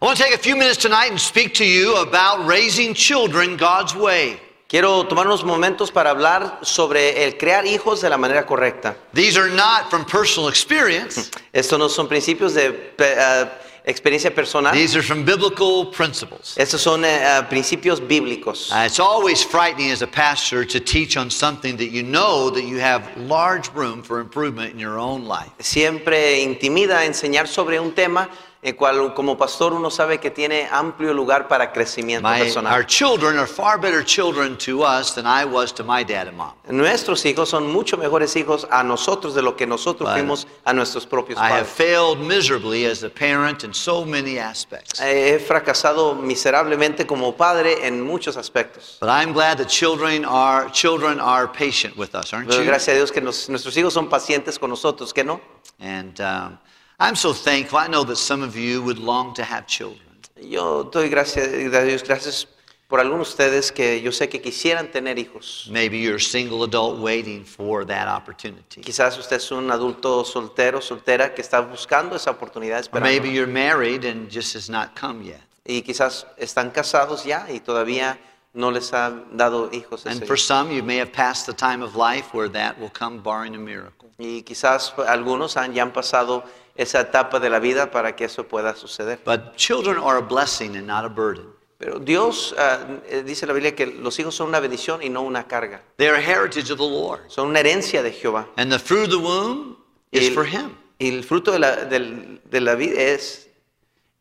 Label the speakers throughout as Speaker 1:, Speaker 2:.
Speaker 1: I want to take a few minutes tonight and speak to you about raising children God's way.
Speaker 2: Quiero tomar unos momentos para hablar sobre el crear hijos de la manera correcta.
Speaker 1: These are not from personal experience,
Speaker 2: Estos no son principios de pe- ah, experiencia personal.
Speaker 1: these are from biblical principles.
Speaker 2: Estos son eh, ah, principios bíblicos.
Speaker 1: Uh, it's always frightening as a pastor to teach on something that you know that you have large room for improvement in your own life.
Speaker 2: Siempre intimida enseñar sobre un tema el cual como pastor uno sabe que tiene amplio lugar para crecimiento
Speaker 1: My, our
Speaker 2: personal.
Speaker 1: children are far better children to us than I was to my dad and mom.
Speaker 2: Nuestros hijos son mucho mejores hijos a nosotros de lo que nosotros
Speaker 1: Padre.
Speaker 2: fuimos a nuestros propios
Speaker 1: I have
Speaker 2: padres.
Speaker 1: failed miserably as a parent in so many aspects.
Speaker 2: Eh, He fracasado miserablemente como padre en muchos aspectos.
Speaker 1: But I'm glad that children are children are patient with us, aren't
Speaker 2: Pero
Speaker 1: you?
Speaker 2: Pues gracias a Dios que nos- nuestros hijos son pacientes con nosotros, ¿qué no?
Speaker 1: And um, I'm so thankful. I know that some of you would long to have children.
Speaker 2: Yo doy gracias a Dios, gracias por algunos de ustedes que yo sé que quisieran tener hijos.
Speaker 1: Maybe you're a single adult waiting for that opportunity.
Speaker 2: Quizás usted es un adulto soltero, soltera, que está buscando esa oportunidad,
Speaker 1: Or
Speaker 2: esperando.
Speaker 1: maybe you're married and just has not come yet.
Speaker 2: Y quizás están casados ya y todavía no les han dado hijos. ese
Speaker 1: And for some, you may have passed the time of life where that will come barring a miracle.
Speaker 2: Y quizás algunos han, ya han pasado esa etapa de la vida para que eso pueda suceder.
Speaker 1: But children are a blessing and not a burden.
Speaker 2: Pero Dios, ah, eh, dice la Biblia, que los hijos son una bendición y no una carga.
Speaker 1: They are a heritage of the Lord.
Speaker 2: Son una herencia de Jehová.
Speaker 1: And the fruit of the womb
Speaker 2: Y
Speaker 1: is
Speaker 2: el-
Speaker 1: for Him,
Speaker 2: Y el fruto de la, del- de la vida es,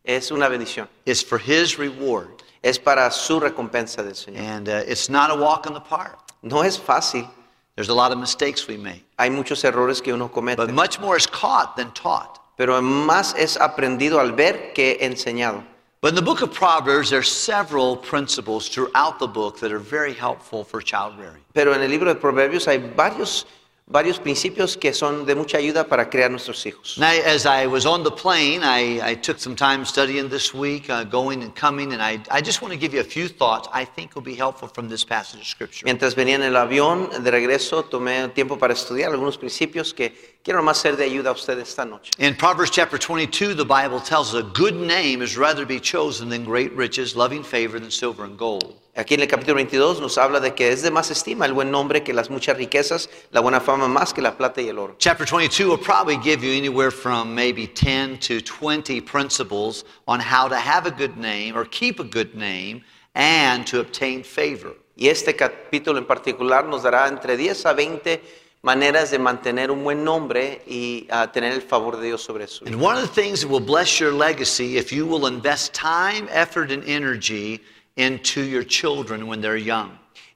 Speaker 2: es una bendición.
Speaker 1: it's for His reward.
Speaker 2: Es para su recompensa del Señor.
Speaker 1: And uh, it's not a walk in the park.
Speaker 2: No es fácil.
Speaker 1: There's a lot of mistakes we make.
Speaker 2: Hay muchos errores que uno comete.
Speaker 1: But much more is caught than taught.
Speaker 2: Pero más es aprendido al ver que enseñado.
Speaker 1: But in the book of Proverbs, there are several principles throughout the book that are very helpful for child rearing.
Speaker 2: Pero en el libro de Proverbios hay varios, varios principios que son de mucha ayuda para crear nuestros hijos.
Speaker 1: Now, as I was on the plane, I, I took some time studying this week, uh, going and coming, and I, I just want to give you a few thoughts I think will be helpful from this passage of Scripture.
Speaker 2: Mientras venía en el avión de regreso, tomé tiempo para estudiar algunos principios que quiero más ser de ayuda a ustedes esta noche.
Speaker 1: In Proverbs chapter 22, the Bible tells us a good name is rather to be chosen than great riches, loving favor than silver and gold.
Speaker 2: Aquí en el capítulo 22 nos habla de que es de más estima el buen nombre que las muchas riquezas, la buena fama más que la plata y el oro.
Speaker 1: Chapter 22 will probably give you anywhere from maybe 10 to 20 principles on how to have a good name or keep a good name and to obtain favor.
Speaker 2: Y este capítulo en particular nos dará entre 10 a 20 maneras de mantener un buen nombre y ah, tener el favor de Dios sobre su vida.
Speaker 1: And one of the things that will bless your legacy if you will invest time, effort, and energy into your children when they're young.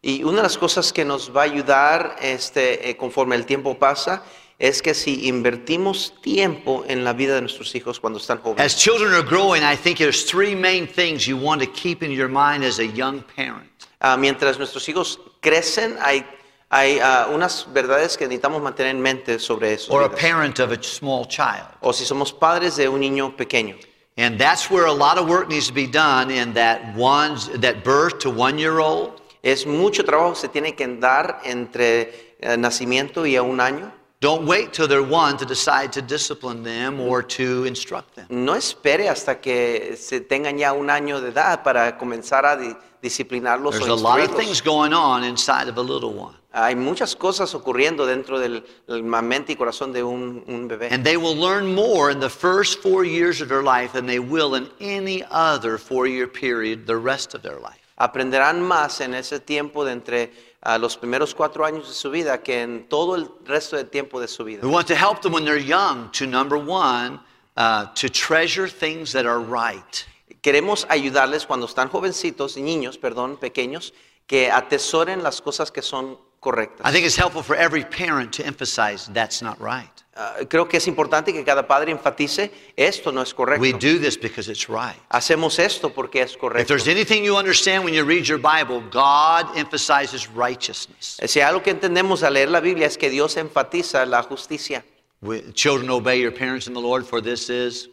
Speaker 2: Y una de las cosas que nos va a ayudar este, eh, conforme el tiempo pasa es que si invertimos tiempo en la vida de nuestros hijos cuando están jóvenes.
Speaker 1: As children are growing, I think there's three main things you want to keep in your mind as a young parent.
Speaker 2: Ah, mientras nuestros hijos crecen, hay, hay ah, unas verdades que necesitamos mantener en mente sobre eso.
Speaker 1: Or a parent of a small child.
Speaker 2: O si somos padres de un niño pequeño.
Speaker 1: And that's where a lot of work needs to be done in that one, that birth to one year old.
Speaker 2: Es mucho trabajo que se tiene que dar entre eh, nacimiento y a un año.
Speaker 1: Don't wait till they're one to decide to discipline them or to instruct them.
Speaker 2: No espere hasta que se tengan ya un año de edad para comenzar a di- disciplinarlos
Speaker 1: There's
Speaker 2: o
Speaker 1: a lot of
Speaker 2: instruirlos.
Speaker 1: things going on inside of a little one.
Speaker 2: Hay muchas cosas ocurriendo dentro del, del mente y corazón de un, un bebé.
Speaker 1: And they will learn more in the first four years of their life than they will in any other four year period the rest of their life.
Speaker 2: Aprenderán más en ese tiempo de entre ah, los primeros cuatro años de su vida que en todo el resto del tiempo de su vida.
Speaker 1: We want to help them when they're young to number one, uh, to treasure things that are right.
Speaker 2: Queremos ayudarles cuando están jovencitos, niños, perdón, pequeños, que atesoren las cosas que son correctas.
Speaker 1: I think it's helpful for every parent to emphasize that's not right.
Speaker 2: Ah, creo que es importante que cada padre enfatice, esto no es
Speaker 1: We
Speaker 2: correcto.
Speaker 1: do this because it's right.
Speaker 2: Hacemos esto porque es
Speaker 1: If
Speaker 2: correcto.
Speaker 1: there's anything you understand when you read your Bible, God emphasizes righteousness.
Speaker 2: Eh, Si hay algo que entendemos al leer la Biblia es que Dios enfatiza la justicia.
Speaker 1: We- Children, obey your parents in the Lord, for this is,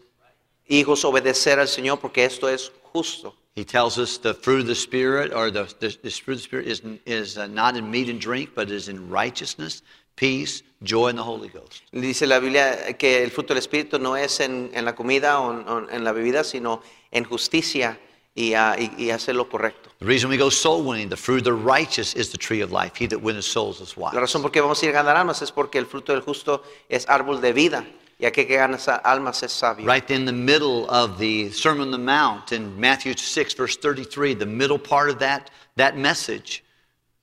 Speaker 2: Hijos, obedecer al Señor porque esto es justo.
Speaker 1: He tells us, the fruit of the Spirit, or the, the, the fruit of the Spirit is, is uh, not in meat and drink, but is in righteousness, peace, joy in the Holy Ghost.
Speaker 2: Dice la Biblia que el fruto del Espíritu no es en, en la comida o en, o en la bebida, sino en justicia y, ah, y- y hacer lo correcto.
Speaker 1: The reason we go soul winning, the fruit of the righteous is the tree of life. He that winneth souls is wise.
Speaker 2: La razón por qué vamos a ir a ganar almas es porque el fruto del justo es árbol de vida y aquel que gana sa- almas es sabio.
Speaker 1: Right in the middle of the Sermon on the Mount in Matthew 6, verse 33, the middle part of that, that message,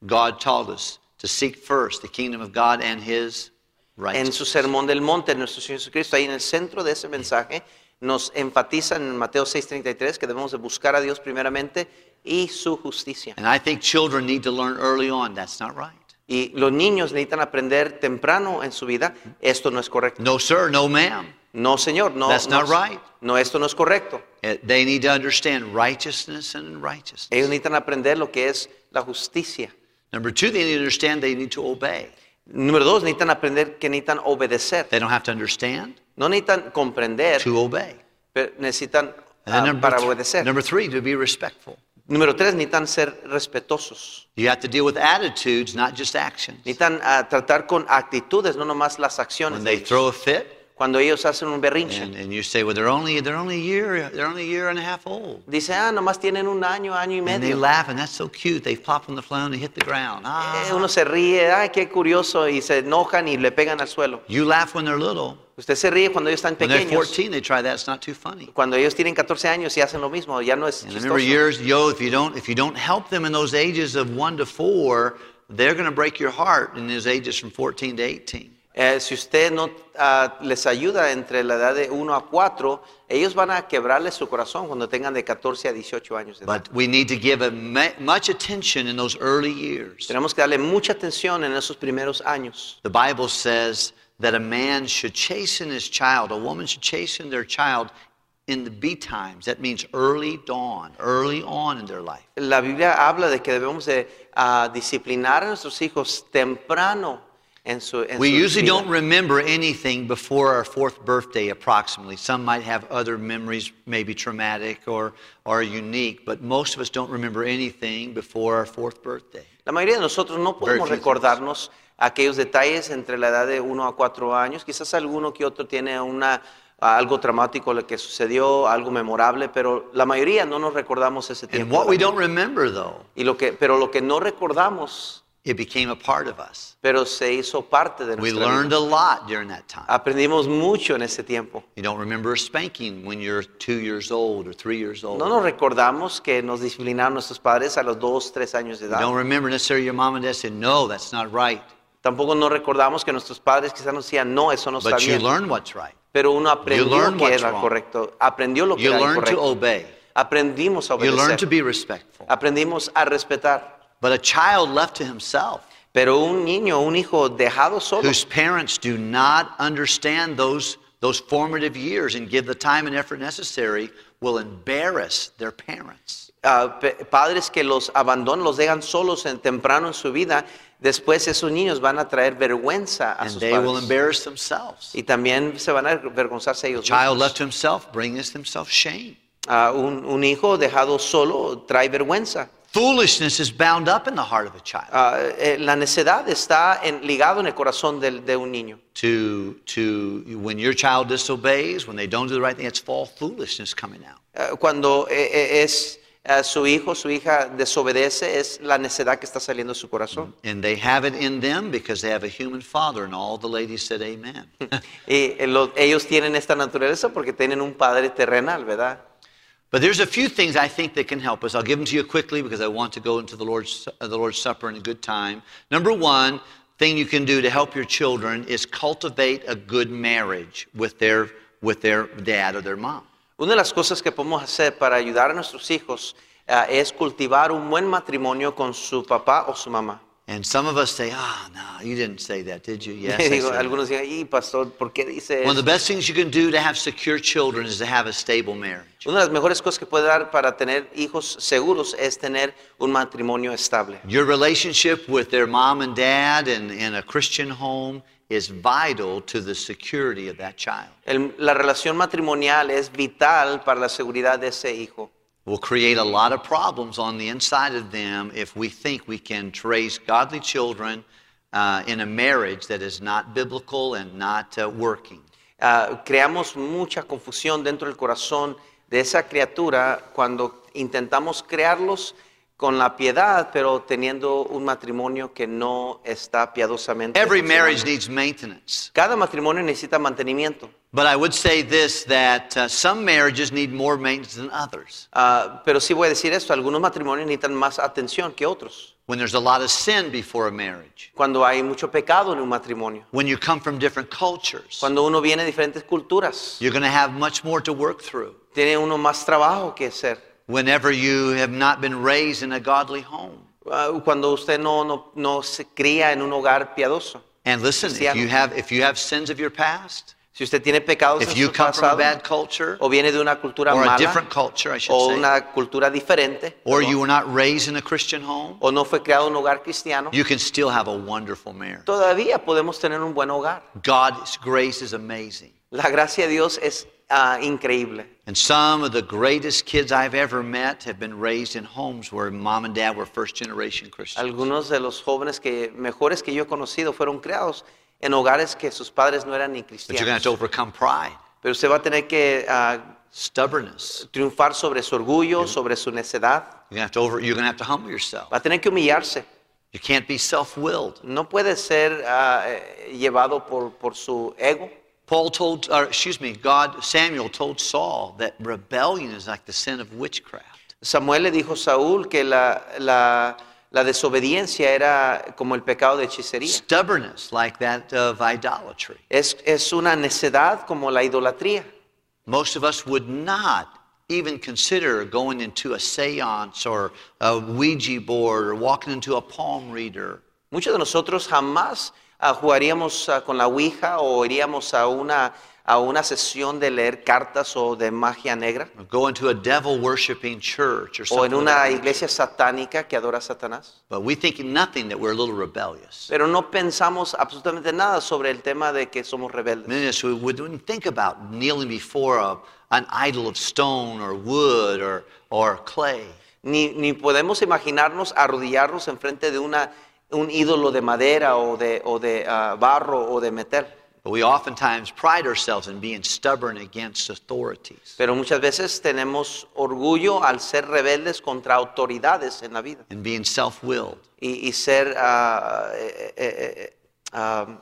Speaker 1: God taught us to seek first the kingdom of God and his
Speaker 2: En
Speaker 1: righteousness.
Speaker 2: su sermón del monte, nuestro Señor Jesucristo, ahí en el centro de ese mensaje, nos enfatiza en Mateo 6:33 que debemos de buscar a Dios primeramente y su justicia.
Speaker 1: And I think children need to learn early on that's not right.
Speaker 2: Y los niños necesitan aprender temprano en su vida, esto no es correcto.
Speaker 1: No, sir, no, ma'am.
Speaker 2: No, Señor, no.
Speaker 1: That's
Speaker 2: no,
Speaker 1: not right.
Speaker 2: no, esto no es correcto.
Speaker 1: Eh, They need to understand righteousness and unrighteousness.
Speaker 2: Ellos necesitan aprender lo que es la justicia.
Speaker 1: Number two, they need to understand they need to obey.
Speaker 2: Número dos, necesitan aprender que necesitan obedecer.
Speaker 1: They don't have to understand
Speaker 2: No necesitan comprender,
Speaker 1: to obey.
Speaker 2: pero necesitan
Speaker 1: And then
Speaker 2: ah,
Speaker 1: Eh, number,
Speaker 2: para
Speaker 1: th-
Speaker 2: obedecer.
Speaker 1: number three, to be respectful.
Speaker 2: Número tres, necesitan ser respetuosos.
Speaker 1: You have to deal with attitudes, not just actions.
Speaker 2: Necesitan ah, tratar con actitudes, no nomás las acciones.
Speaker 1: When
Speaker 2: de
Speaker 1: they
Speaker 2: ellos.
Speaker 1: throw a fit,
Speaker 2: Cuando ellos hacen un berrinche,
Speaker 1: and, and you say, "Well, they're only they're only a year they're only a year and a half old,"
Speaker 2: dice, ah, nomás tienen un año, año y
Speaker 1: and they
Speaker 2: medio.
Speaker 1: laugh, and that's so cute. They plop on the floor and they hit the ground.
Speaker 2: Eh,
Speaker 1: Ah,
Speaker 2: uno se ríe, ay, qué curioso, y se enojan y le pegan al suelo.
Speaker 1: you laugh when they're little.
Speaker 2: Usted se ríe cuando ellos están
Speaker 1: When they're
Speaker 2: pequeños.
Speaker 1: 14, they try that. It's not too funny.
Speaker 2: Cuando ellos tienen 14 años y hacen lo mismo, ya no es
Speaker 1: And I remember
Speaker 2: chistoso.
Speaker 1: years yo, if you don't if you don't help them in those ages of one to four, they're going to break your heart in those ages from 14 to 18.
Speaker 2: Eh, si usted no ah, les ayuda entre la edad de 1 a 4, ellos van a quebrarle su corazón cuando tengan de 14 a 18 años. de edad.
Speaker 1: But we need to give a ma- much attention in those early years.
Speaker 2: Tenemos que darle mucha atención en esos primeros años.
Speaker 1: The Bible says that a man should chasten his child, a woman should chasten their child in the be times. That means early dawn, early on in their life.
Speaker 2: La Biblia habla de que debemos de ah, disciplinar a nuestros hijos temprano en su, en
Speaker 1: We
Speaker 2: su
Speaker 1: usually
Speaker 2: vida.
Speaker 1: don't remember anything before our fourth birthday, approximately. Some might have other memories, maybe traumatic or, or unique, but most of us don't remember anything before our fourth birthday.
Speaker 2: La mayoría de nosotros no podemos
Speaker 1: few things.
Speaker 2: recordarnos aquellos detalles entre la edad de 1 a 4 años. Quizás alguno que otro tiene una, ah, algo traumático lo que sucedió, algo memorable, pero la mayoría no nos recordamos ese
Speaker 1: And
Speaker 2: tiempo.
Speaker 1: what we don't remember, though,
Speaker 2: Y lo que, pero lo que no recordamos,
Speaker 1: it became a part of us.
Speaker 2: pero se hizo parte de
Speaker 1: We
Speaker 2: nuestra vida.
Speaker 1: learned a lot during that time.
Speaker 2: Aprendimos mucho en ese tiempo.
Speaker 1: You don't remember a spanking when you're two years old or three years old.
Speaker 2: No nos recordamos que nos disciplinaron nuestros padres a los 2, 3 años de
Speaker 1: You
Speaker 2: edad.
Speaker 1: don't remember necessarily your mom and dad said, no, that's not right.
Speaker 2: Tampoco no recordamos que nuestros padres quizás nos decían, no, eso no está
Speaker 1: But you
Speaker 2: bien.
Speaker 1: learn what's right.
Speaker 2: Pero uno
Speaker 1: You learn
Speaker 2: aprendió que
Speaker 1: what's
Speaker 2: era
Speaker 1: wrong.
Speaker 2: correcto, aprendió lo que
Speaker 1: You
Speaker 2: era
Speaker 1: learn to
Speaker 2: correcto.
Speaker 1: obey.
Speaker 2: Aprendimos a
Speaker 1: You learn to
Speaker 2: obedecer,
Speaker 1: be respectful.
Speaker 2: aprendimos a respetar.
Speaker 1: But a child left to himself,
Speaker 2: Pero un niño, un hijo dejado solo,
Speaker 1: whose parents do not understand those, those formative years and give the time and effort necessary, will embarrass their parents.
Speaker 2: ah, pe- padres que los abandonan, los dejan solos en temprano en su vida, después esos niños van a traer vergüenza a
Speaker 1: And
Speaker 2: sus
Speaker 1: they will
Speaker 2: padres.
Speaker 1: embarrass themselves.
Speaker 2: Y también se van a avergonzarse ellos
Speaker 1: Child
Speaker 2: mismos.
Speaker 1: left to himself brings himself shame.
Speaker 2: Ah, un, un hijo dejado solo trae vergüenza.
Speaker 1: Foolishness is bound up in the heart of a child.
Speaker 2: Ah, eh, la necedad está en- ligado en el corazón del- de un niño.
Speaker 1: to to when your child disobeys, when they don't do the right thing, it's fall foolishness coming out.
Speaker 2: Ah, cuando eh, eh, es ah, su hijo, su hija desobedece, es la necedad que está saliendo de su corazón.
Speaker 1: And they have it in them because they have a human father. And all the ladies said, "Amen."
Speaker 2: Y eh, lo- ellos tienen esta naturaleza porque tienen un padre terrenal, ¿verdad?
Speaker 1: but there's a few things I think that can help us. I'll give them to you quickly because I want to go into the Lord's uh, the Lord's supper in a good time. Number one thing you can do to help your children is cultivate a good marriage with their with their dad or their mom.
Speaker 2: Una de las cosas que podemos hacer para ayudar a nuestros hijos ah, es cultivar un buen matrimonio con su papá o su mamá.
Speaker 1: And some of us say, "Ah, no, you didn't say that, did you?" Yes. I
Speaker 2: Digo,
Speaker 1: said that."
Speaker 2: algunos dicen, y pastor, ¿por qué dice
Speaker 1: One of
Speaker 2: eso?"
Speaker 1: the best things you can do to have secure children is to have a stable marriage.
Speaker 2: Una de las mejores cosas que puede dar para tener hijos seguros es tener un matrimonio estable.
Speaker 1: Your relationship with their mom and dad and in a Christian home is vital to the security of that child.
Speaker 2: El- la relación matrimonial es vital para la seguridad de ese hijo.
Speaker 1: We'll create a lot of problems on the inside of them if we think we can trace godly children uh, in a marriage that is not biblical and not uh, working.
Speaker 2: Ah, creamos mucha confusión dentro del corazón de esa criatura cuando intentamos crearlos con la piedad, pero teniendo un matrimonio que no está piadosamente.
Speaker 1: Every
Speaker 2: funcionando.
Speaker 1: marriage needs maintenance.
Speaker 2: Cada matrimonio necesita mantenimiento,
Speaker 1: But I would say this that uh, some marriages need more maintenance than others.
Speaker 2: Ah, pero sí voy a decir esto, algunos matrimonios necesitan más atención que otros,
Speaker 1: When there's a lot of sin before a marriage,
Speaker 2: cuando hay mucho pecado en un matrimonio,
Speaker 1: when you come from different cultures,
Speaker 2: cuando uno viene de diferentes culturas,
Speaker 1: you're going to have much more to work through.
Speaker 2: tiene uno más trabajo que hacer.
Speaker 1: Whenever you have not been raised in a godly home.
Speaker 2: Ah, cuando usted no, no, no se cría en un hogar piadoso.
Speaker 1: And listen, if
Speaker 2: Cristiano.
Speaker 1: you have if you have sins of your past,
Speaker 2: Si usted tiene pecados en
Speaker 1: if you
Speaker 2: su
Speaker 1: come from a
Speaker 2: pasado,
Speaker 1: bad culture
Speaker 2: o viene de una cultura
Speaker 1: or a different
Speaker 2: mala,
Speaker 1: culture, I should
Speaker 2: o
Speaker 1: say,
Speaker 2: una cultura diferente,
Speaker 1: or
Speaker 2: perdón,
Speaker 1: you were not raised in a Christian home,
Speaker 2: o no fue creado en un hogar cristiano,
Speaker 1: you can still have a wonderful marriage.
Speaker 2: todavía podemos tener un buen hogar.
Speaker 1: God's grace is amazing.
Speaker 2: La gracia de Dios es ah, increíble.
Speaker 1: And some of the greatest kids I've ever met have been raised in homes where mom and dad were first generation Christians.
Speaker 2: Algunos de los jóvenes que mejores que yo he conocido fueron creados en hogares que sus padres no eran ni
Speaker 1: But you're going to have to
Speaker 2: cristianos.
Speaker 1: overcome pride,
Speaker 2: Pero usted va a tener que ah,
Speaker 1: stubbornness.
Speaker 2: triunfar sobre su orgullo, sobre su necedad.
Speaker 1: You're going to have to over, you're going to have to humble yourself.
Speaker 2: Va a tener que humillarse.
Speaker 1: You can't be self-willed.
Speaker 2: no puede ser ah, eh, llevado por, por su ego.
Speaker 1: Paul told, or excuse me, God, Samuel told Saul that rebellion is like the sin of witchcraft.
Speaker 2: Samuel le dijo a Saúl que la, la- la desobediencia era como el pecado de hechicería.
Speaker 1: Stubbornness like that of idolatry.
Speaker 2: Es, es una necedad como la idolatría.
Speaker 1: Most of us would not even consider going into a seance or a Ouija board or walking into a palm reader.
Speaker 2: Muchos de nosotros jamás ah, jugaríamos ah, con la Ouija o iríamos a una, a una sesión de leer cartas o de magia negra
Speaker 1: or Go into a devil worshiping church or
Speaker 2: o
Speaker 1: something.
Speaker 2: en
Speaker 1: of
Speaker 2: una
Speaker 1: that nature.
Speaker 2: iglesia satánica que adora a Satanás.
Speaker 1: But we think nothing that we're a little rebellious.
Speaker 2: Pero no pensamos absolutamente nada sobre el tema de que somos rebeldes.
Speaker 1: Many of us we wouldn't think about kneeling before a, an idol of stone or wood or, or clay.
Speaker 2: Ni, ni podemos imaginarnos arrodillarnos enfrente de una, un ídolo de madera o de, o de ah, barro o de metal.
Speaker 1: But we oftentimes pride ourselves in being stubborn against authorities
Speaker 2: Pero muchas veces tenemos orgullo al ser rebeldes contra autoridades en la vida
Speaker 1: and being self willed.
Speaker 2: y, y ser, ah, eh, eh, eh, ah,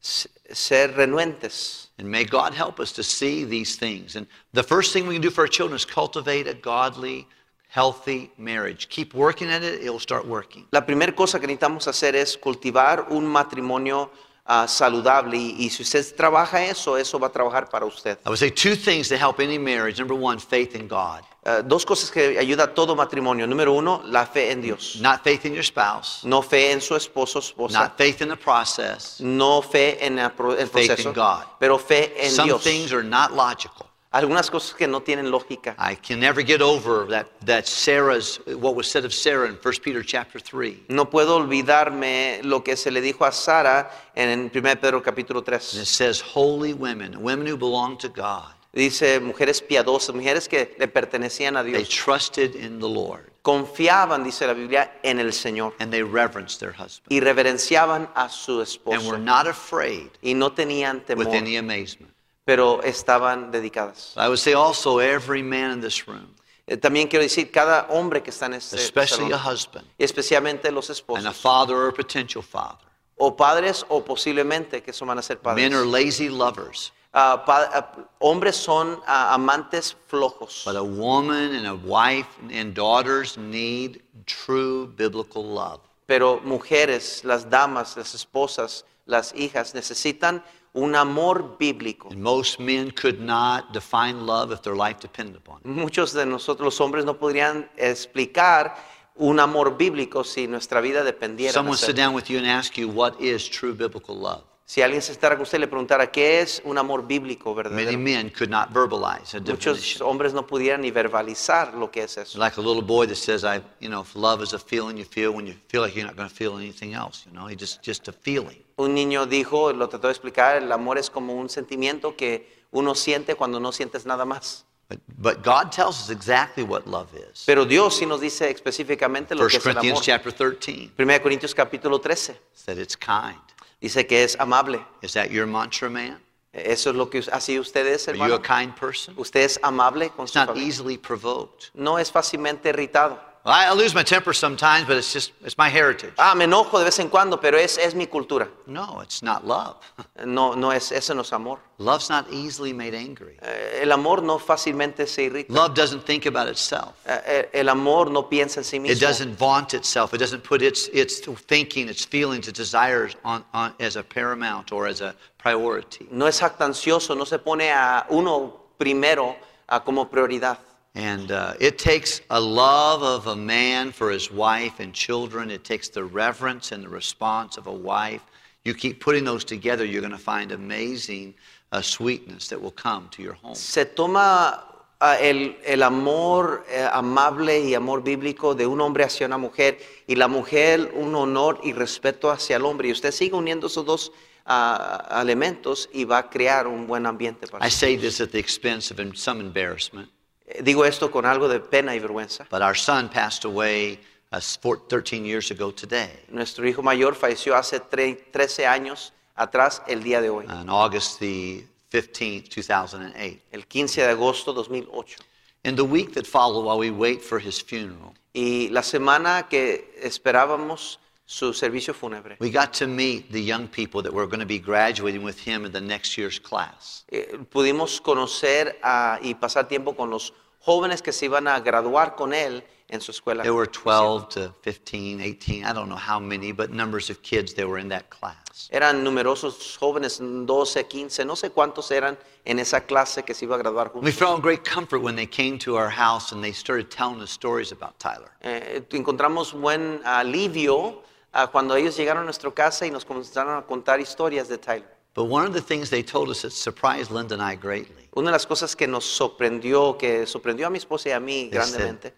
Speaker 2: se- ser renuentes.
Speaker 1: And may God help us to see these things. And the first thing we can do for our children is cultivate a godly, healthy marriage. Keep working at it, it'll start working.
Speaker 2: La primera cosa que necesitamos hacer es cultivar un matrimonio ah, saludable y, y si usted trabaja eso, eso va a trabajar para usted.
Speaker 1: I would say two things to help any marriage. Number one, faith in God,
Speaker 2: Eh, dos cosas que ayuda a todo matrimonio. Número uno, la fe en Dios.
Speaker 1: not faith in your spouse,
Speaker 2: No fe en su esposo, esposa.
Speaker 1: not faith in the process.
Speaker 2: No fe en la pro- el
Speaker 1: Faith
Speaker 2: proceso.
Speaker 1: in God.
Speaker 2: Pero fe en
Speaker 1: Some
Speaker 2: Dios.
Speaker 1: things are Ah. not logical.
Speaker 2: Algunas cosas que no tienen lógica.
Speaker 1: I can never get over that, that Sarah's, what was said of Sarah in 1 Peter chapter 3.
Speaker 2: No puedo olvidarme lo que se le dijo a Sara en 1 Pedro capítulo
Speaker 1: And it
Speaker 2: 3.
Speaker 1: says, holy women, women who belong to God,
Speaker 2: Dice, mujeres piadosas, mujeres que le pertenecían a
Speaker 1: they
Speaker 2: Dios.
Speaker 1: trusted in the Lord
Speaker 2: Confiaban, dice la Biblia, en el Señor.
Speaker 1: and they reverenced their husband
Speaker 2: Y reverenciaban a
Speaker 1: and
Speaker 2: su
Speaker 1: were Pues
Speaker 2: esposo.
Speaker 1: not afraid
Speaker 2: Y no tenían
Speaker 1: with
Speaker 2: temor,
Speaker 1: any amazement.
Speaker 2: pero estaban dedicadas.
Speaker 1: I would say also, every man in this room,
Speaker 2: Eh, También quiero decir, cada hombre que está en este
Speaker 1: especially a
Speaker 2: salón,
Speaker 1: husband
Speaker 2: y especialmente los
Speaker 1: and a
Speaker 2: esposos,
Speaker 1: father or a potential father,
Speaker 2: o padres o posiblemente que son van a ser padres.
Speaker 1: men are lazy lovers,
Speaker 2: Ah, pa- ah, hombres son ah, amantes flojos,
Speaker 1: but a woman and a wife and daughters need true biblical love.
Speaker 2: pero mujeres, las damas, las esposas, las hijas necesitan un amor bíblico.
Speaker 1: And most men could not define love if their life depended upon it.
Speaker 2: Muchos de nosotros los hombres no podrían explicar un amor bíblico si nuestra vida dependiera. de
Speaker 1: Someone
Speaker 2: hacer-
Speaker 1: sit down with you and ask you, what is true biblical love?
Speaker 2: Si alguien se estará con usted le preguntara qué es un amor bíblico,
Speaker 1: Many
Speaker 2: verdadero.
Speaker 1: men could not verbalize a
Speaker 2: Muchos
Speaker 1: definition.
Speaker 2: hombres no pudieran ni verbalizar lo que es eso.
Speaker 1: Like a little boy that says, "I, you know, if love is a feeling you feel when you feel like you're not going to feel anything else, you know, it's just just a feeling."
Speaker 2: Un niño dijo, lo trató de explicar, el amor es como un sentimiento que uno siente cuando no sientes nada más.
Speaker 1: But, but God tells us exactly what love is.
Speaker 2: Pero Dios sí nos dice específicamente lo que
Speaker 1: 1
Speaker 2: es el amor.
Speaker 1: Corinthians chapter 13
Speaker 2: 1 Corintios capítulo 13
Speaker 1: said it's kind.
Speaker 2: dice que es amable.
Speaker 1: Is that your mantra, man?
Speaker 2: Eso es lo que así usted es,
Speaker 1: Are you a
Speaker 2: hermano.
Speaker 1: kind person?
Speaker 2: Usted es amable con
Speaker 1: It's
Speaker 2: su
Speaker 1: not
Speaker 2: familia.
Speaker 1: easily provoked.
Speaker 2: No es fácilmente irritado.
Speaker 1: I, I lose my temper sometimes, but it's just it's my heritage.
Speaker 2: Ah, me enojo de vez en cuando, pero es, es mi cultura.
Speaker 1: No, it's not love.
Speaker 2: No, no es, eso no es amor.
Speaker 1: Love's not easily made angry.
Speaker 2: Eh, El amor no fácilmente se irrita.
Speaker 1: Love doesn't think about itself.
Speaker 2: Eh, eh, El amor no piensa en sí
Speaker 1: It
Speaker 2: mismo.
Speaker 1: doesn't vaunt itself. It doesn't put its its thinking, its feelings, its desires on, on as a paramount or as a priority.
Speaker 2: No es jactancioso, no se pone a uno primero ah, como prioridad.
Speaker 1: And uh, it takes a love of a man for his wife and children. It takes the reverence and the response of a wife. You keep putting those together, you're going to find amazing uh, sweetness that will come to your home.
Speaker 2: Se toma ah, el, el amor eh, amable y amor bíblico de un hombre hacia una mujer y la mujer un honor y respeto hacia el hombre. Y usted sigue uniendo esos dos ah, elementos y va a crear un buen ambiente para
Speaker 1: I
Speaker 2: su-
Speaker 1: say this at the expense of em- some embarrassment,
Speaker 2: Eh, Digo esto con algo de pena y vergüenza.
Speaker 1: but our son passed away uh, four- 13 years ago today.
Speaker 2: Nuestro hijo mayor falleció hace tre- 13 años atrás el día de hoy,
Speaker 1: on August the 15th, 2008.
Speaker 2: el 15 de agosto 2008.
Speaker 1: In the week that followed, while we wait for his funeral,
Speaker 2: Y la semana que esperábamos su servicio fúnebre,
Speaker 1: we got to meet the young people that were going to be graduating with him in the next year's class.
Speaker 2: eh, pudimos conocer ah, y pasar tiempo con los jóvenes que se iban a graduar con él en su escuela.
Speaker 1: There were 12 to 15, 18, I don't know how many, but numbers of kids that were in that class.
Speaker 2: Eran numerosos jóvenes, 12, 15, no sé cuántos eran en esa clase que se iba a graduar
Speaker 1: We
Speaker 2: juntos.
Speaker 1: felt great comfort when they came to our house and they started telling us stories about Tyler.
Speaker 2: Eh, encontramos buen alivio ah, cuando ellos llegaron a nuestra casa y nos comenzaron a contar historias de Tyler.
Speaker 1: But one of the things they told us that surprised Linda and I greatly
Speaker 2: Una de las cosas que nos sorprendió, que sorprendió a mi esposa y a mí
Speaker 1: They said-
Speaker 2: grandemente,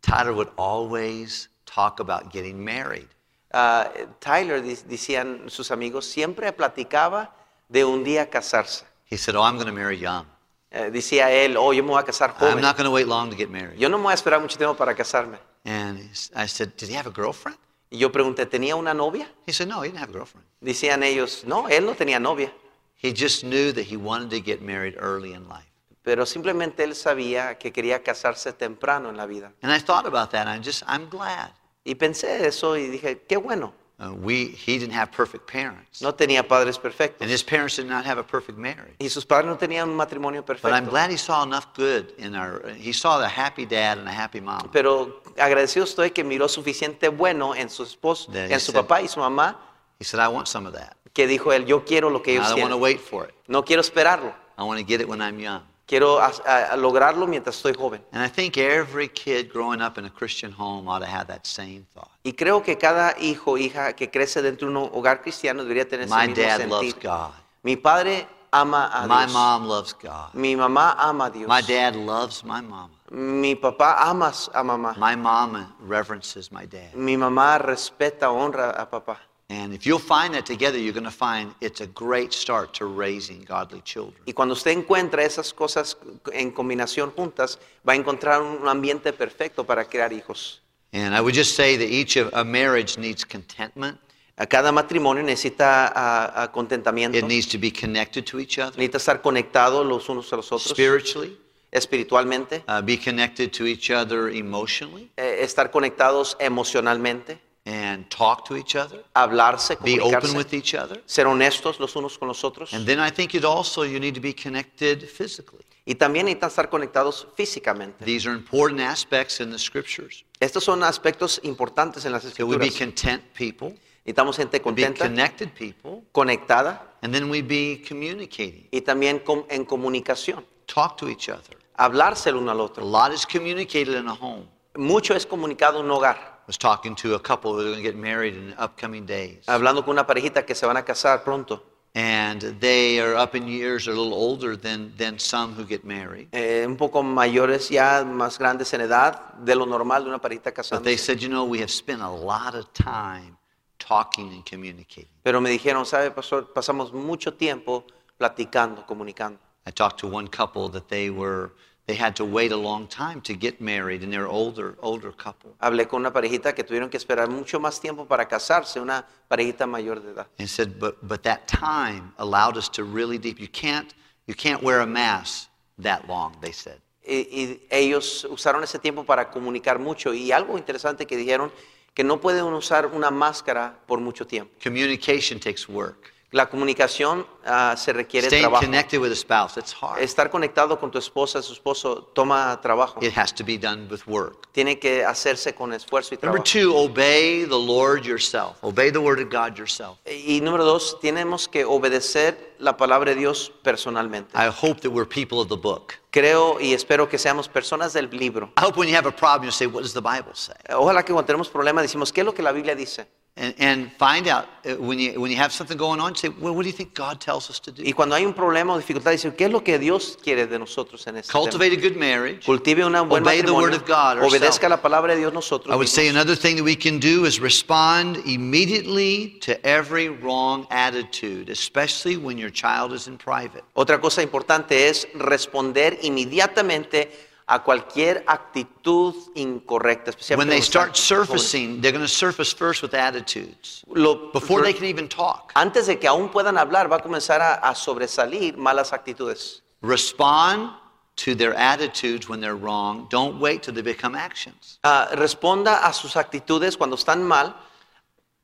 Speaker 1: Tyler would always talk about getting married.
Speaker 2: ah, Tyler, di- decían sus amigos, siempre platicaba de un día casarse.
Speaker 1: He said, Oh, I'm going to marry young.
Speaker 2: Eh, decía él, oh, yo me voy a casar
Speaker 1: I'm
Speaker 2: joven.
Speaker 1: not going to wait long to get married.
Speaker 2: Yo no me voy a esperar mucho tiempo para casarme.
Speaker 1: And he s- I said, Did he have a girlfriend?
Speaker 2: Y yo pregunté, ¿tenía una novia?
Speaker 1: He said, No, he didn't have a girlfriend.
Speaker 2: Decían ellos, no, él no tenía novia.
Speaker 1: He just knew that he wanted to get married early in life.
Speaker 2: Pero simplemente él sabía que quería casarse temprano en la vida.
Speaker 1: And I thought about that. And I'm just, I'm glad.
Speaker 2: Y pensé eso y dije, qué bueno,
Speaker 1: Uh, we, he didn't have perfect parents.
Speaker 2: no tenía padres perfectos.
Speaker 1: And his parents did not have a perfect marriage.
Speaker 2: Y sus padres no tenían un matrimonio
Speaker 1: But I'm
Speaker 2: perfecto.
Speaker 1: glad he saw enough good in our, he saw a happy dad and a happy mom.
Speaker 2: Pero agradecido estoy que miró suficiente bueno en su esposo,
Speaker 1: That
Speaker 2: en
Speaker 1: he
Speaker 2: su
Speaker 1: said-
Speaker 2: papá y su mamá,
Speaker 1: He said, I want some of that.
Speaker 2: que dijo él, yo quiero lo que
Speaker 1: I
Speaker 2: ellos
Speaker 1: don't want to
Speaker 2: quieren.
Speaker 1: wait for it.
Speaker 2: No quiero esperarlo,
Speaker 1: I want to get it when I'm young.
Speaker 2: quiero as- a- a lograrlo mientras estoy joven.
Speaker 1: And I think every kid growing up in a Christian home ought to have that same thought.
Speaker 2: Y creo que cada hijo o hija que crece dentro de un hogar cristiano debería tener ese
Speaker 1: My
Speaker 2: mismo
Speaker 1: dad loves
Speaker 2: sentido.
Speaker 1: God.
Speaker 2: Mi padre ama a
Speaker 1: My
Speaker 2: Dios.
Speaker 1: mom loves God.
Speaker 2: Mi mamá ama a Dios.
Speaker 1: My dad loves my mama.
Speaker 2: Mi papá ama a mamá.
Speaker 1: My mama reverences my dad.
Speaker 2: Mi mamá respeta, honra a papá.
Speaker 1: And if you'll find that together, you're going to find it's a great start to raising godly children.
Speaker 2: Y cuando usted encuentra esas cosas en combinación juntas, va a encontrar un ambiente perfecto para crear hijos.
Speaker 1: And I would just say that each of a marriage needs contentment.
Speaker 2: A Cada matrimonio necesita ah, ah, contentamiento,
Speaker 1: It needs to be connected to each other
Speaker 2: necesita estar conectados los unos a los otros,
Speaker 1: spiritually,
Speaker 2: espiritualmente,
Speaker 1: uh, be connected to each other emotionally,
Speaker 2: eh, estar conectados emocionalmente,
Speaker 1: and talk to each other,
Speaker 2: hablarse,
Speaker 1: be open
Speaker 2: comunicarse,
Speaker 1: with each other.
Speaker 2: ser honestos los unos con los otros.
Speaker 1: And then I think it also you need to be connected physically.
Speaker 2: Y también necesitan estar conectados físicamente.
Speaker 1: These are important aspects in the scriptures.
Speaker 2: Estos son aspectos importantes en las
Speaker 1: So we be
Speaker 2: escrituras.
Speaker 1: content people,
Speaker 2: Necesitamos gente
Speaker 1: we be
Speaker 2: contenta,
Speaker 1: connected people,
Speaker 2: conectada
Speaker 1: and then we be communicating.
Speaker 2: y también com- en comunicación.
Speaker 1: Talk to each other.
Speaker 2: Hablarse el uno al
Speaker 1: A
Speaker 2: otro.
Speaker 1: lot is communicated in a home.
Speaker 2: Mucho es comunicado en un hogar,
Speaker 1: I was talking to a couple who are going to get married in the upcoming days.
Speaker 2: hablando con una parejita que se van a casar pronto.
Speaker 1: And they are up in years, are a little older than, than some who get married.
Speaker 2: Eh, un poco mayores ya, más grandes en edad, de lo normal de una parejita
Speaker 1: But they
Speaker 2: casada.
Speaker 1: said, you know, we have spent a lot of time talking and communicating.
Speaker 2: Pero me dijeron, ¿sabe, pastor? Pasamos mucho tiempo platicando, comunicando.
Speaker 1: I talked to one couple that they were they had to wait a long time to get married, and they're older, older couple.
Speaker 2: Hablé con una parejita que tuvieron que esperar mucho más tiempo para casarse, una parejita mayor de edad.
Speaker 1: And said, but, but that time allowed us to really deep. You can't, you can't wear a mask that long, they said.
Speaker 2: Y, y ellos usaron ese tiempo para comunicar mucho. Y algo interesante que dijeron, que no pueden usar una máscara por mucho tiempo.
Speaker 1: Communication takes work.
Speaker 2: La comunicación ah, se requiere
Speaker 1: Staying
Speaker 2: trabajo.
Speaker 1: connected with a spouse, it's hard.
Speaker 2: Estar conectado con tu esposa, su esposo, toma trabajo.
Speaker 1: It has to be done with work.
Speaker 2: Tiene que hacerse con esfuerzo y
Speaker 1: Number
Speaker 2: trabajo.
Speaker 1: two, obey the Lord yourself. Obey the word of God yourself.
Speaker 2: Eh, Y número dos, tenemos que obedecer la palabra de Dios personalmente.
Speaker 1: I hope that we're people of the book.
Speaker 2: Creo y espero que seamos personas del libro. Eh,
Speaker 1: I hope when you have a problem, you say, What does the Bible say?
Speaker 2: Ojalá que cuando tenemos problemas decimos, ¿qué es lo que la Biblia dice?
Speaker 1: And, and find out uh, when you, when you have something going on, say, Well, what do you think God tells us to do?
Speaker 2: Y cuando hay un problema o dificultad, decimos, ¿qué es lo que Dios quiere de nosotros en este tema?
Speaker 1: Cultivate a good marriage.
Speaker 2: Cultive una buena
Speaker 1: Obey the word
Speaker 2: matrimonio,
Speaker 1: of God ourselves.
Speaker 2: obedezca la palabra de Dios nosotros.
Speaker 1: I would say
Speaker 2: mismos.
Speaker 1: another thing that we can do is respond immediately to every wrong attitude, especially when your child is in private.
Speaker 2: Otra cosa importante es responder inmediatamente a cualquier actitud incorrecta,
Speaker 1: When
Speaker 2: especialmente
Speaker 1: they
Speaker 2: los
Speaker 1: start
Speaker 2: actos jóvenes.
Speaker 1: surfacing, they're going to surface first with attitudes.
Speaker 2: Lo-
Speaker 1: Before they can even talk,
Speaker 2: antes de que aún puedan hablar, va a comenzar a, a sobresalir malas actitudes.
Speaker 1: respond to their attitudes when they're wrong. Don't wait till they become actions.
Speaker 2: Ah, responda a sus actitudes cuando están mal.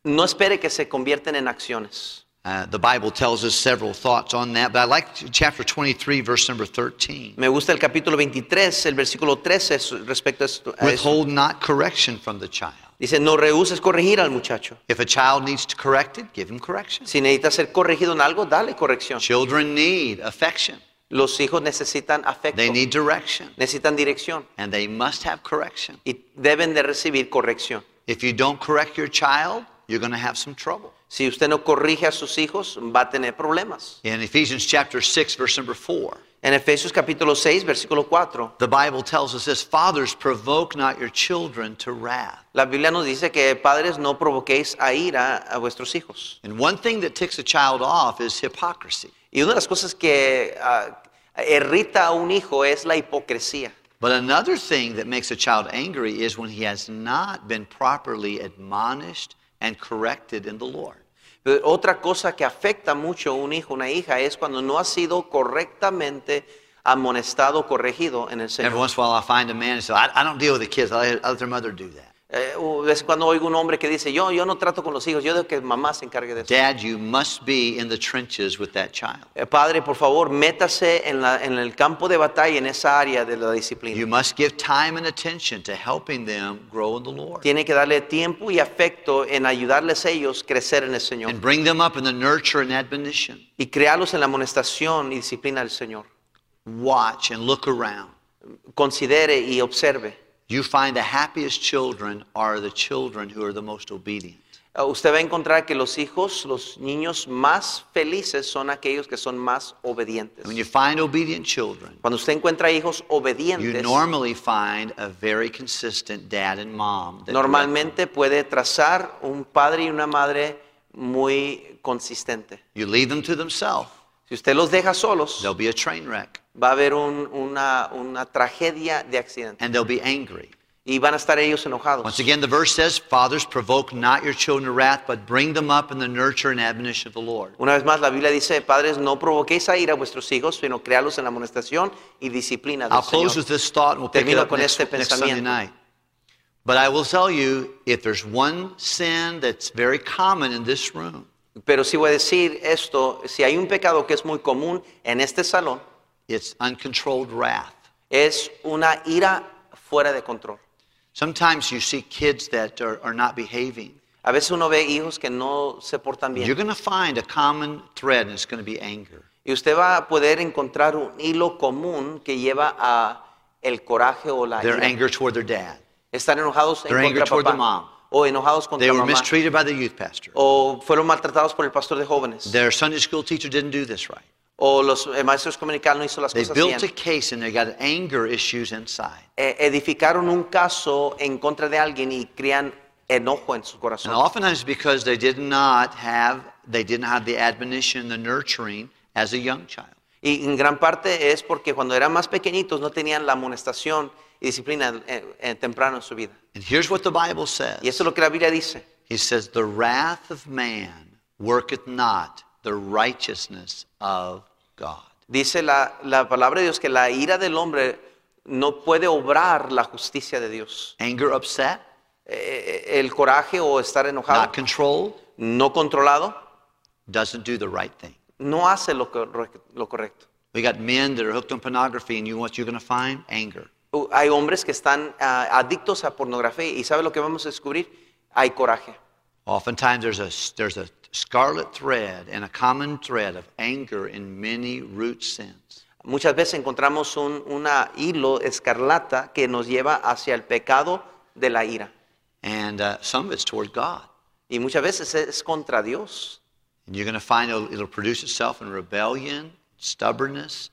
Speaker 2: No espere que se convierten en acciones.
Speaker 1: Uh, the Bible tells us several thoughts on that, but I like chapter 23, verse number 13.
Speaker 2: Me gusta el capítulo 23, el versículo 13 su- respecto a esto. a esto.
Speaker 1: Withhold not correction from the child.
Speaker 2: Dice, no rehuses corregir al muchacho.
Speaker 1: If a child needs to correct it, give him correction.
Speaker 2: Si necesita ser corregido en algo, dale corrección.
Speaker 1: Children need affection.
Speaker 2: Los hijos necesitan afecto,
Speaker 1: They need direction,
Speaker 2: necesitan dirección.
Speaker 1: and they must have correction.
Speaker 2: y deben de recibir corrección.
Speaker 1: If you don't correct your child, you're going to have some trouble.
Speaker 2: Si usted no corrige a sus hijos, va a tener problemas.
Speaker 1: In Ephesians chapter 6, verse number 4,
Speaker 2: En Efesios capítulo 6, versículo 4,
Speaker 1: the Bible tells us this Fathers, provoke not your children to wrath.
Speaker 2: la Biblia nos dice que padres no provoquéis a ira a vuestros hijos.
Speaker 1: And one thing that ticks a child off is hypocrisy.
Speaker 2: Y una de las cosas que ah, irrita a un hijo es la hipocresía.
Speaker 1: But another thing that makes a child angry is when he has not been properly admonished and corrected in the Lord.
Speaker 2: Pero otra cosa que afecta mucho a un hijo, una hija, es cuando no ha sido correctamente amonestado, corregido en el
Speaker 1: Every
Speaker 2: Señor.
Speaker 1: once in a while, I find a man and says, I, I don't deal with the kids, I let, I let their mother do that.
Speaker 2: Eh, de vez en cuando oigo un hombre que dice, yo, yo no trato con los hijos, yo dejo que mamá se encargue de eso.
Speaker 1: Dad, you must be in the trenches with that child.
Speaker 2: Eh, Padre, por favor, métase en, la- en el campo de batalla, en esa área de la disciplina.
Speaker 1: You must give time and attention to helping them grow in the Lord
Speaker 2: Tiene que darle tiempo y afecto en ayudarles a ellos crecer en el Señor
Speaker 1: and bring them up in the nurture and admonition.
Speaker 2: y crearlos en la amonestación y disciplina del Señor.
Speaker 1: Watch and look around.
Speaker 2: Considere y observe.
Speaker 1: You find the happiest children are the children who are the most obedient.
Speaker 2: Eh, Usted va a encontrar que los hijos, los niños más felices son aquellos que son más obedientes.
Speaker 1: When you find obedient children,
Speaker 2: Cuando usted encuentra hijos
Speaker 1: you
Speaker 2: obedientes,
Speaker 1: normally find a very consistent dad and mom. that
Speaker 2: normalmente puede trazar un padre y una madre muy consistente.
Speaker 1: you leave them to themselves,
Speaker 2: Si usted los deja solos,
Speaker 1: they'll be a train wreck
Speaker 2: va a haber un- una, una tragedia de accidente
Speaker 1: and they'll be angry.
Speaker 2: y van a estar ellos enojados.
Speaker 1: Once again, the verse says, Fathers, provoke not your children to wrath, but bring them up in the nurture and admonition of the Lord.
Speaker 2: Una vez más, la Biblia dice, padres, no provoquéis a ira a vuestros hijos, sino crearlos en la amonestación y disciplina del
Speaker 1: I'll close
Speaker 2: Señor.
Speaker 1: with this thought and we'll pick it
Speaker 2: Termino
Speaker 1: up
Speaker 2: con
Speaker 1: next,
Speaker 2: este
Speaker 1: next Sunday
Speaker 2: pensamiento.
Speaker 1: night. But I will tell you, if there's one sin that's very common in this room,
Speaker 2: Pero sí voy a decir esto, si hay un pecado que es muy común en este salón,
Speaker 1: it's uncontrolled wrath.
Speaker 2: es una ira fuera de control.
Speaker 1: Sometimes you see kids that are, are not behaving.
Speaker 2: A veces uno ve hijos que no se portan
Speaker 1: You're
Speaker 2: bien
Speaker 1: going to find a common thread, and it's going to be anger.
Speaker 2: y usted va a poder encontrar un hilo común que lleva a el coraje o la
Speaker 1: Their
Speaker 2: ira.
Speaker 1: anger toward their dad.
Speaker 2: Están enojados en
Speaker 1: Their
Speaker 2: contra
Speaker 1: anger toward
Speaker 2: papá
Speaker 1: the mom.
Speaker 2: o enojados contra
Speaker 1: They were
Speaker 2: mamá
Speaker 1: mistreated by the youth pastor.
Speaker 2: o fueron maltratados por el pastor de jóvenes
Speaker 1: Their Sunday school teacher didn't do this right.
Speaker 2: o los eh, maestros comunicados no hizo las
Speaker 1: They
Speaker 2: cosas bien.
Speaker 1: built a case and they got anger issues inside.
Speaker 2: Eh, edificaron un caso en contra de alguien y crían enojo en su
Speaker 1: And
Speaker 2: corazón.
Speaker 1: oftentimes because they did not have they didn't have the admonition, the nurturing as a young child.
Speaker 2: Y en gran parte es porque cuando eran más pequeñitos no tenían la amonestación y disciplina eh, eh, temprano en su vida.
Speaker 1: And here's what the Bible says
Speaker 2: Y eso es lo que la Biblia dice.
Speaker 1: He says, The wrath of man worketh not the righteousness of God.
Speaker 2: Dice la, la palabra de Dios que la ira del hombre no puede obrar la justicia de Dios.
Speaker 1: Anger upset,
Speaker 2: Eh, eh, El coraje o estar enojado,
Speaker 1: not controlled,
Speaker 2: no controlado,
Speaker 1: doesn't do the right thing.
Speaker 2: no hace lo, corre- lo correcto.
Speaker 1: We got men that are hooked on pornography, and you know what you're going to find? Anger.
Speaker 2: Uh, Hay hombres que están ah, adictos a pornografía y ¿sabe lo que vamos a descubrir? Hay coraje.
Speaker 1: Oftentimes, there's a, there's a scarlet thread and a common thread of anger in many root sins.
Speaker 2: Muchas veces encontramos un una hilo escarlata que nos lleva hacia el pecado de la ira.
Speaker 1: And uh, some of it's toward God.
Speaker 2: Y muchas veces es contra Dios.
Speaker 1: And you're going to find it'll, it'll produce itself in rebellion, stubbornness,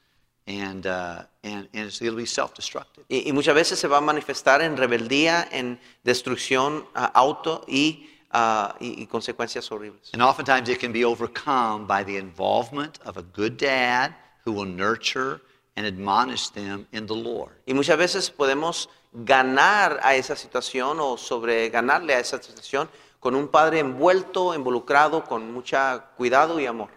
Speaker 1: and, uh, and, and it's, it'll be self destructive.
Speaker 2: Y, y muchas veces se va a manifestar en rebeldía, en destrucción ah, auto y, ah, y- y consecuencias horribles.
Speaker 1: And oftentimes it can be overcome by the involvement of a good dad who will nurture and admonish them in the Lord.
Speaker 2: Y muchas veces podemos ganar a esa situación o sobreganarle a esa situación con un padre envuelto, involucrado, con mucho cuidado y amor.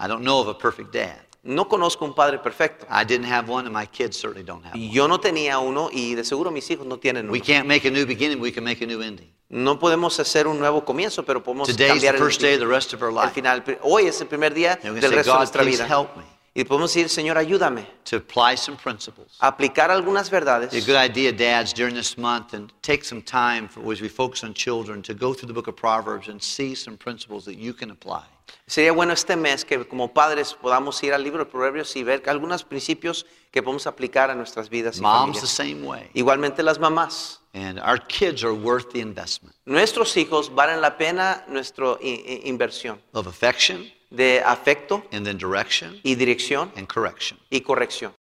Speaker 1: I don't know of a perfect dad.
Speaker 2: No conozco un padre perfecto.
Speaker 1: I didn't have one, and my kids certainly don't have one.
Speaker 2: Yo no tenía uno y de seguro mis hijos no tienen
Speaker 1: We
Speaker 2: uno.
Speaker 1: can't make a new beginning, we can make a new ending.
Speaker 2: No podemos hacer un nuevo comienzo, pero podemos
Speaker 1: Today's the
Speaker 2: cambiar el,
Speaker 1: first day of the rest of our
Speaker 2: el
Speaker 1: life.
Speaker 2: final. Hoy es el primer día
Speaker 1: And we can
Speaker 2: del
Speaker 1: say,
Speaker 2: resto de
Speaker 1: God,
Speaker 2: nuestra
Speaker 1: please
Speaker 2: vida.
Speaker 1: help me
Speaker 2: Y podemos decir, Señor, ayúdame
Speaker 1: to apply some principles.
Speaker 2: a aplicar algunas verdades.
Speaker 1: It's a good idea, dads, during this month, and take some time for, as we focus on children to go through the book of Proverbs and see some principles that you can apply.
Speaker 2: Sería bueno este mes que como padres podamos ir al libro de Proverbios y ver algunos principios que podemos aplicar a nuestras vidas. y
Speaker 1: Moms,
Speaker 2: familias.
Speaker 1: the same way.
Speaker 2: Igualmente las mamás.
Speaker 1: And our kids are worth the investment
Speaker 2: Nuestros hijos valen la pena nuestra i- i- inversión
Speaker 1: of affection
Speaker 2: de afecto
Speaker 1: and then direction
Speaker 2: y dirección
Speaker 1: and correction.
Speaker 2: y corrección.